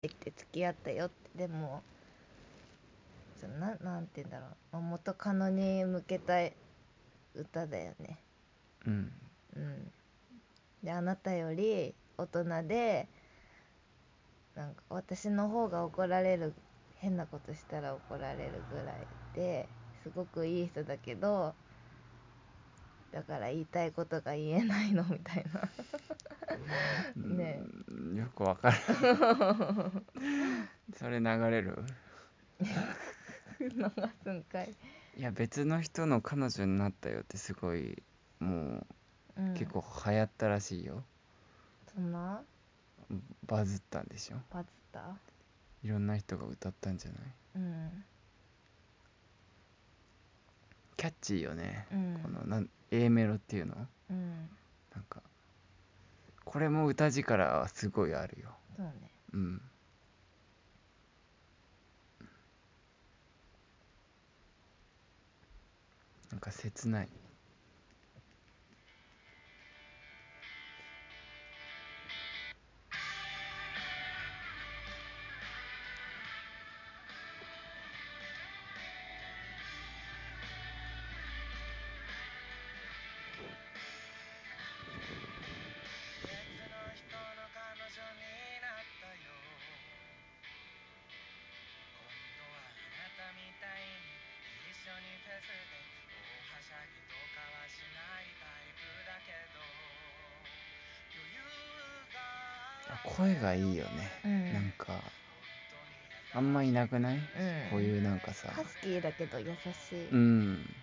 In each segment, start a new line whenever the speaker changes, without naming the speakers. できて付き合ったよってでもそのななんて言うんだろう、まあ、元カノに向けた歌だよね
うん
うんであなたより大人でなんか私の方が怒られる変なことしたら怒られるぐらいですごくいい人だけどだから言いたいことが言えないのみたいな ね
うんよくわからん それ流れる
流すんかい、
いや別の人の彼女になったよってすごいも
うん
う、結構流行ったらしいよ、
そんな
バズったんでしょ
バズった
いろんな人が歌ったんじゃない
うん
キャッチーよね、
うん
このなん A メロっていうの
うん
なんかこれも歌力はすごいあるよ
そうね
うんなんか切ない
別の人の彼女になったよ今度はあなたみたいに一緒にフェスで大はしゃぎとかはしないタイプだけど余裕が
あ声がいいよね、
うん
なんかあんまいな くない、
うん
こういうなんかさ
ハスキーだけど優しい、
うん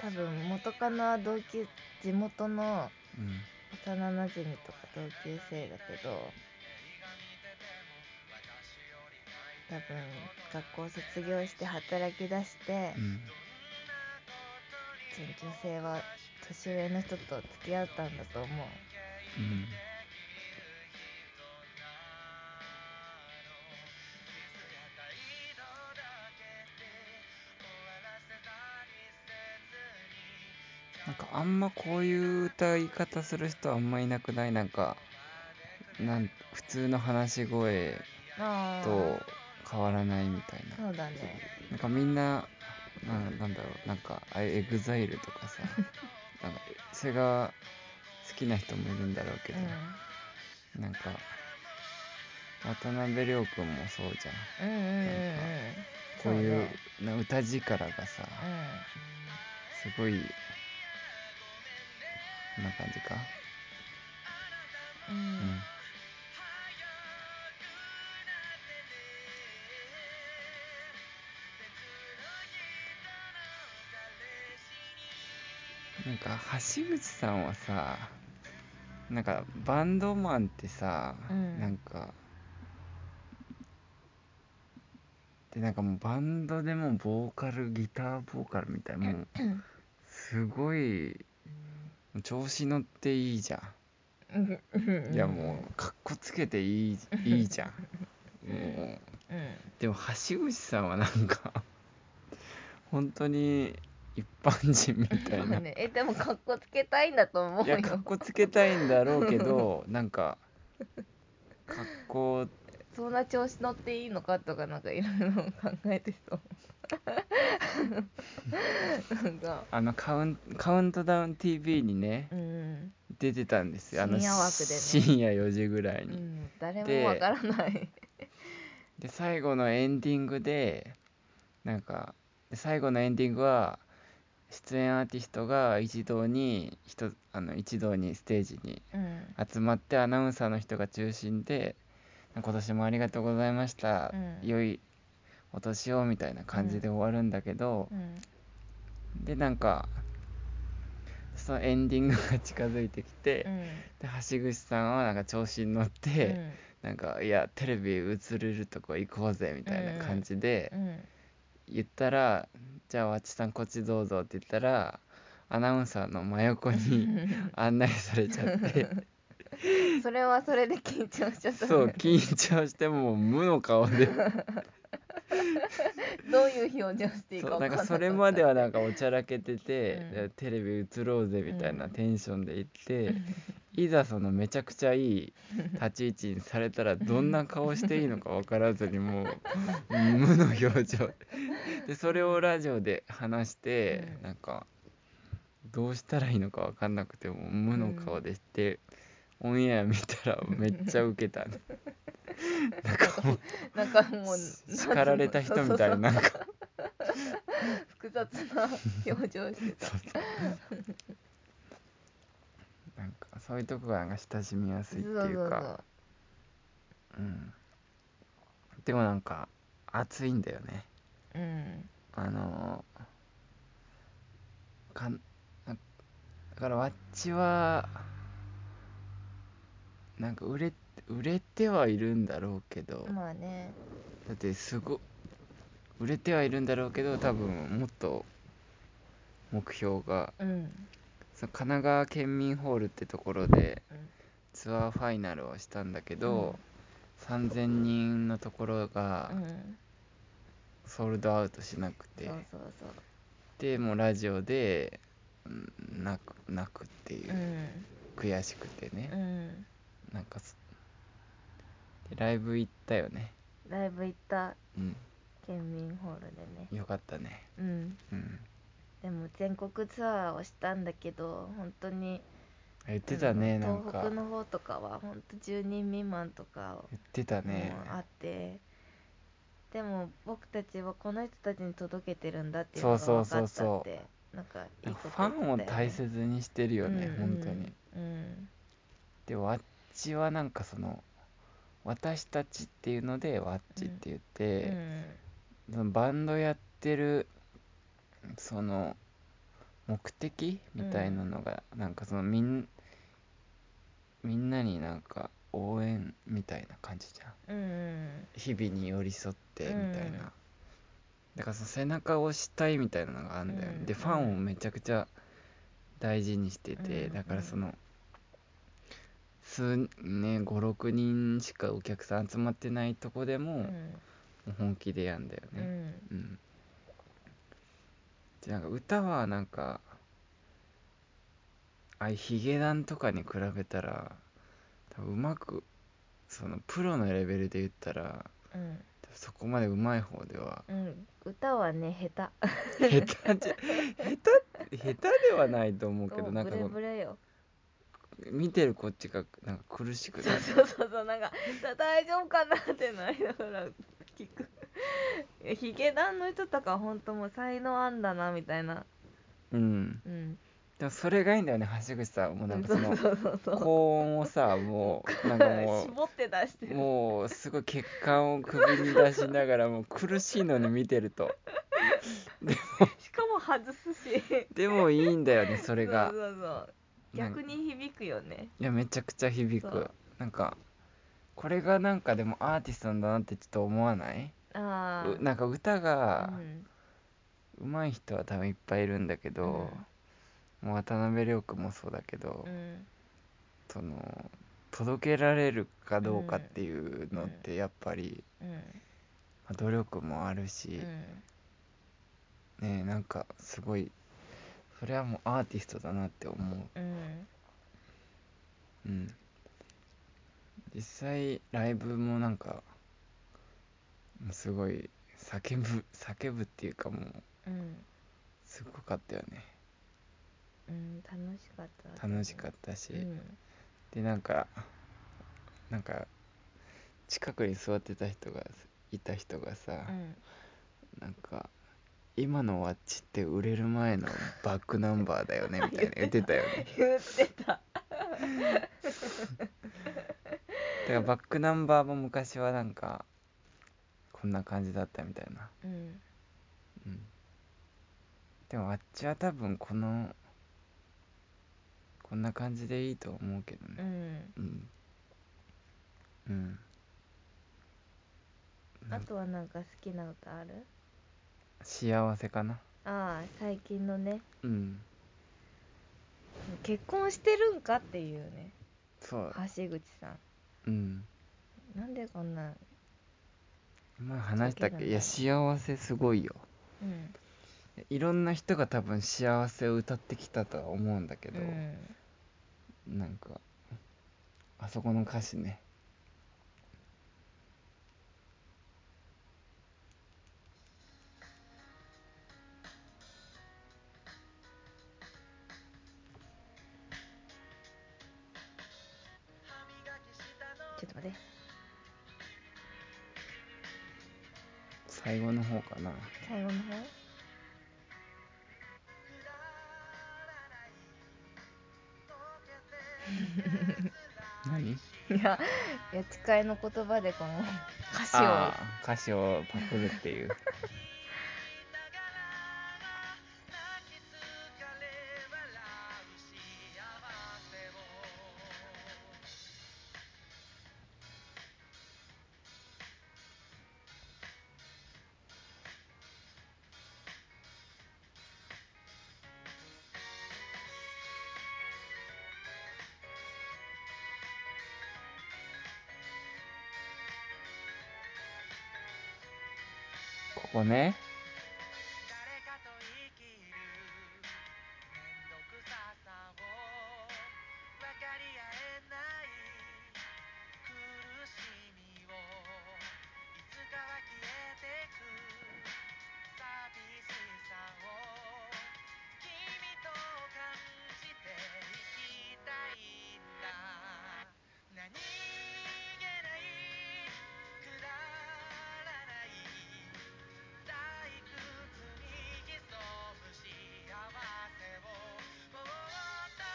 多分元カノは同級地元の
うん
幼なじみとか同級生だけど多分学校卒業して働き出して、
うん
その女性は年上の人と付き合ったんだと思う
うんなんかあんまこういう歌い方する人あんまいなくないなんかなん普通の話し声
ああ
と変わらないみたいな
そうだね
なんかみんなななんだろうなんかあエグザイルとかさなんかそれが好きな人もいるんだろうけど、なんか渡辺涼君もそうじゃん
うんうんうんうんうん
こういう
そね
な歌力がさすごいこんな感じか
うんうん
うんなんか橋口さんはさなんかバンドマンってさ、
うん
なんかでなんかもうバンドでもボーカルギターボーカルみたい なもうすごい調子乗っていいじゃ
うんうんうん
んいやもうかっこつけていいいいじゃん もう
うん
でも橋口さんはなんか本当に一般人みたい
そ
な
うねえでもかっこつけたいんだと思う
い
よ
やかっこつけたいんだろうけどなんか格好
そんな調子乗っていいのかとかなんかいろいろ考えてそうなんか
あのカウンカウントダウン TV にね
うん、
出てたんですよあの
深夜枠でね
深夜4時ぐらいうに、
ん、誰
で
もわからない
で最後のエンディングでなんかで最後のエンディングは出演アーティストが一堂にひとあの一堂にステージに
うん
集まってアナウンサーの人が中心で今年もありがとうございました、
うん
良いお年をみたいな感じで終わるんだけど、でなんかそのエンディングが近づいてきて、
うん
で橋口さんはなんか調子に乗って、
うん
なんか「いやテレビ映れるとこ行こうぜ」みたいな感じで
うん
言ったら「じゃあわちさんこっちどうぞ」って言ったらアナウンサーの真横に案内されちゃって。
それはそれで緊張しちゃったね
そう緊張してもう無の顔で
どういう表情していいか
そ
わ
うな
かんなか
んか
った
それまではなんかおちゃらけてて
うん、
でテレビ映ろうぜみたいなテンションで行って、いざそのめちゃくちゃいい立ち位置にされたらどんな顔していいのか分からずにもう無の表情でそれをラジオで話して、
うん
なんかどうしたらいいのか分かんなくてもう無の顔でして、オンエア見たらめっちゃウケたねなんかもう
なんかもう
叱られた人みたいな
な
なんん
か
か
複雑な表情して た
そうそうなんかそういうとこがなんか親しみやすいっていうかうんでもなんか熱いんだよね
そうそううん
あのかんだからわっちはなんか売れ売れてはいるんだろうけど、
まあね
だってすご売れてはいるんだろうけど多分もっと目標が
うん
その神奈川県民ホールってところで
うん
ツアーファイナルをしたんだけど、3000人のところが
うん
ソールドアウトしなくて、
そうそうそ
でもうラジオでうん泣く泣くっていう
う
う、
ん
悔しくてね
う、ん
なんかそでライブ行ったよね
ライブ行った
うん
県民ホールでね
よかったね
うん
うん
でも全国ツアーをしたんだけど本当に
言ってたね、
うん
なん
東
か
北の方とかは本当10人未満とかを
言ってたね、
うんあってでも僕たちはこの人たちに届けてるんだっていう
そ
の
う
が
そう
分
そ
か
う
っ
そう
たってなんかいいこと
ファンを
言ってたよね
大切にしてるよね、
うん
本当に
うん
でわっちはなんかその私たちっていうのでわっちって言っ
うん
て、そのバンドやってるその目的みたいなのが、なんかそのみんみんなになんか応援みたいな感じじゃ
う
ん
んうん
日々に寄り添ってみたい
う
な、
ん
だからその背中を押したいみたいなのがあるんだよね、
うん
でファンをめちゃくちゃ大事にしてて、
うん
だからその数ね56人しかお客さん集まってないとこでも、
うん
もう本気でやんだよ
う
ね
ん
うん、でなんか歌はなんかああいうヒゲダンとかに比べたら多分うまくそのプロのレベルで言ったら
うん
そこまでうまい方では
うん歌はね下
下手じゃ下手下手ではないと思う
手
けど
もう
なん
ブ
か
レ
こ
ブレ よ
う見てるこっちがなんか苦しくな
そう
る
そうそうそうなんかだ大丈夫かなってなりながら聞くいやヒゲダンの人とか本当もう才能あんだなみたいな
うん
うん
でもそれがいいんだよね橋口さんもうなんか
そ
そうの
そうそうそう
高音をさもうなんかもう
絞って出 してる
もうすごい血管を首に出しながらもう苦しいのに見てると
しかも外すし
でもいいんだよねそ
そ
れ
う
が
そうそう
なん
逆に響くよね
いやめちゃくちゃ響
そ
く
う
なんかこれがなんかでもアーティストなんだなってちょっと思わない
あ
うなんか歌
あ
が
うん
上手い人は多分いっぱいいるんだけど、もう渡辺涼君もそうだけど、
うん
その届けられるかどうかっていうのってやっぱり、
うん
まあ努力もあるし、
うん
ねえなんかすごいそれはもうアーティストだなって思
うん
ううん実際ライブもなんかもうすごい叫ぶ叫ぶっていうかもう
うん
すごかったよね
うん楽しかった
楽しか
っ
ったし、
うん
でなんかなんか近くに座ってた人がいた人がさ、
うん
なんか今のワッチって売れる前のバックナンバーだよねみたいな言ってたよね
言ってた
だからバックナンバーも昔はなんかこんな感じだったみたいな、
うん
うん、でもあっちは多分このこんな感じでいいと思うけど
う
ね
ん
うんうんな
あ
んか
とはなんか好きな歌ある
幸せかな
ああ最近のね
うん
結婚してるんかっていうね
そう
橋口さ
うん
んなんでこんな
前話したっけいや
好
幸せすごいよ
うん
いろんな人が多分幸せを歌ってきたとは思うんだけど、
うん
なんかあそこの歌詞ね
ちょっと待って
最後の方かな
最後の方
何
いやいや誓いの言葉でこの歌詞
あ
を
あ歌詞をパクるっていうここね
誰かと生きる面倒くささを分かり合えない苦しみをいつかは消えてく寂しさを君と感じていきたいんだ何気ないくだらない退屈に潜む幸せをもう互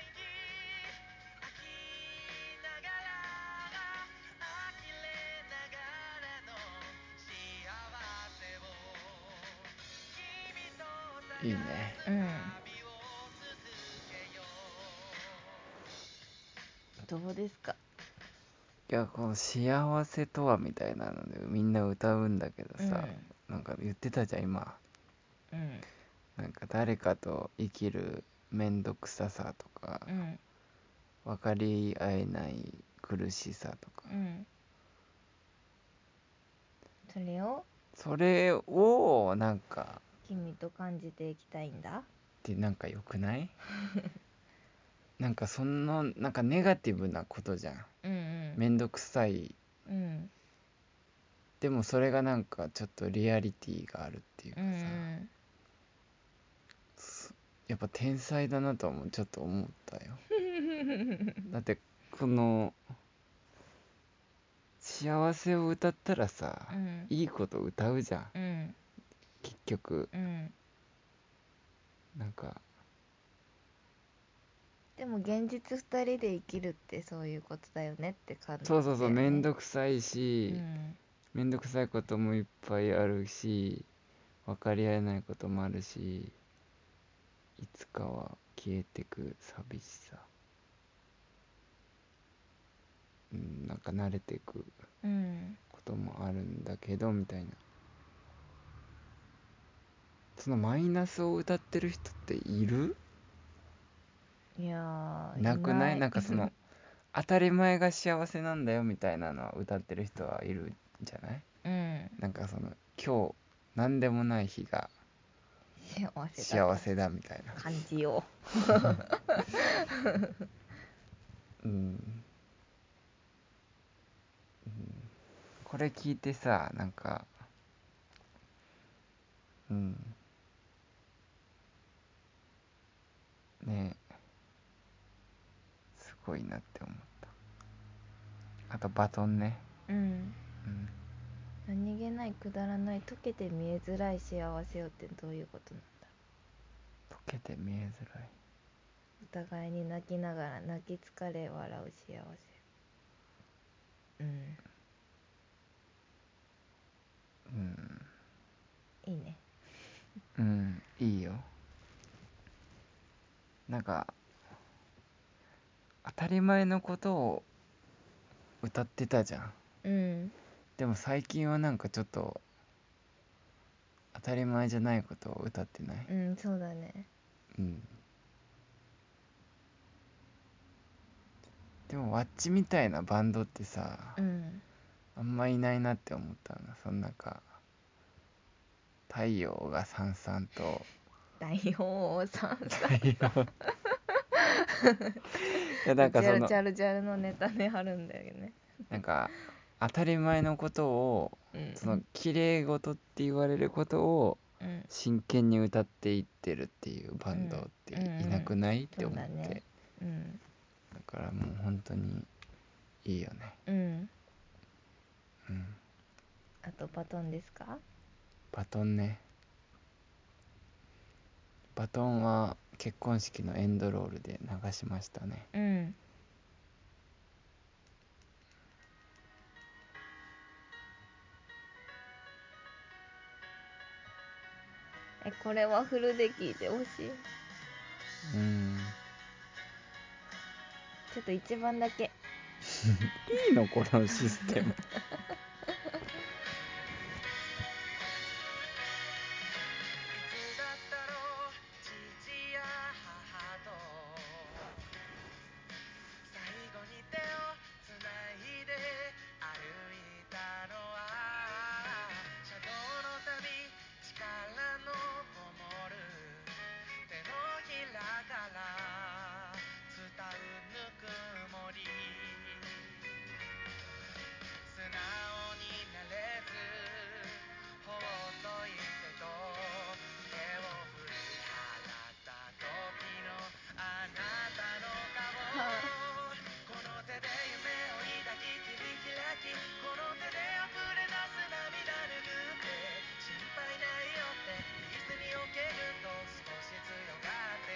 いに飽きながら呆れながらの幸せを君と
いいね
うん
旅を続けよう
どうですか
いやこの「幸せとは」みたいなのでみんな歌うんだけどさ、なんか言ってたじゃん今
うん
なんか誰かと生きる面倒くささとか、
うん
分かり合えない苦しさとか、
うんそれを
それをなんか
君と感じていきたいんだ
ってなんか良くない なんかそんななんかネガティブなことじゃん
うんうん
面倒くさい
うん
でもそれがなんかちょっとリアリティがあるっていうか
う
さ、
ん
すやっぱ天才だなともちょっと思ったよだってこの幸せを歌ったらさ、
うん
いいこと歌うじゃ
う
ん
ん
結局
うん
なんか
でも現実二人で生きるってそういうことだよねって感じ
そうそうそう面
倒
倒くさいし、
うん
面倒くさいこともいっぱいあるし分かり合えないこともあるしいつかは消えてく寂しさうんなんか慣れてく
うん
こともあるんだけどみたいなそのマイナスを歌ってる人っている
いやー
なくないなんかその当たり前が幸せなんだよみたいなのは歌ってる人はいるんじゃない
うん
なんかその今日何でもない日が
幸せだ
幸せだみたいな
感じよ
うん、うん、これ聞いてさなんかうんねえすごいなって思ったあとバトンね
うん
うん
何気ないくだらない溶けて見えづらい幸せよってどういうことなんだ
溶けて見えづらい
お互いに泣きながら泣き疲れ笑う幸せうん
うん
いいね
うんいいよなんか当たり前のことを歌ってたじゃん
うん
でも最近はなんかちょっと当たり前じゃないことを歌ってない
うんそうだね
うんでもワッチみたいなバンドってさ
うん
あんまいないなって思ったなその中太陽がさんさんと
大王さん
太陽やなんか
ジャ
そ
ル
の
ジャルジャルのネタねあるんだよね
なんか当たり前のことを
うん
その綺麗事って言われることを
うん
真剣に歌っていってるっていうバンドって
うん
いなくない、って
そう
思っ
だ
てだ,、
ねうん
からもう本当にいいよね、
うん
うん、
あとバトンですか
バトンねバトンは結婚式のエンドロールで流しましたね
うんえこれはフルで聴いてほしい
うん
ちょっと一番だけ
いいのこのシステム
いつだったろう父や母と最後に手をつないで歩いたのは車道の旅力のこもる手のひらから伝うぬくもり素直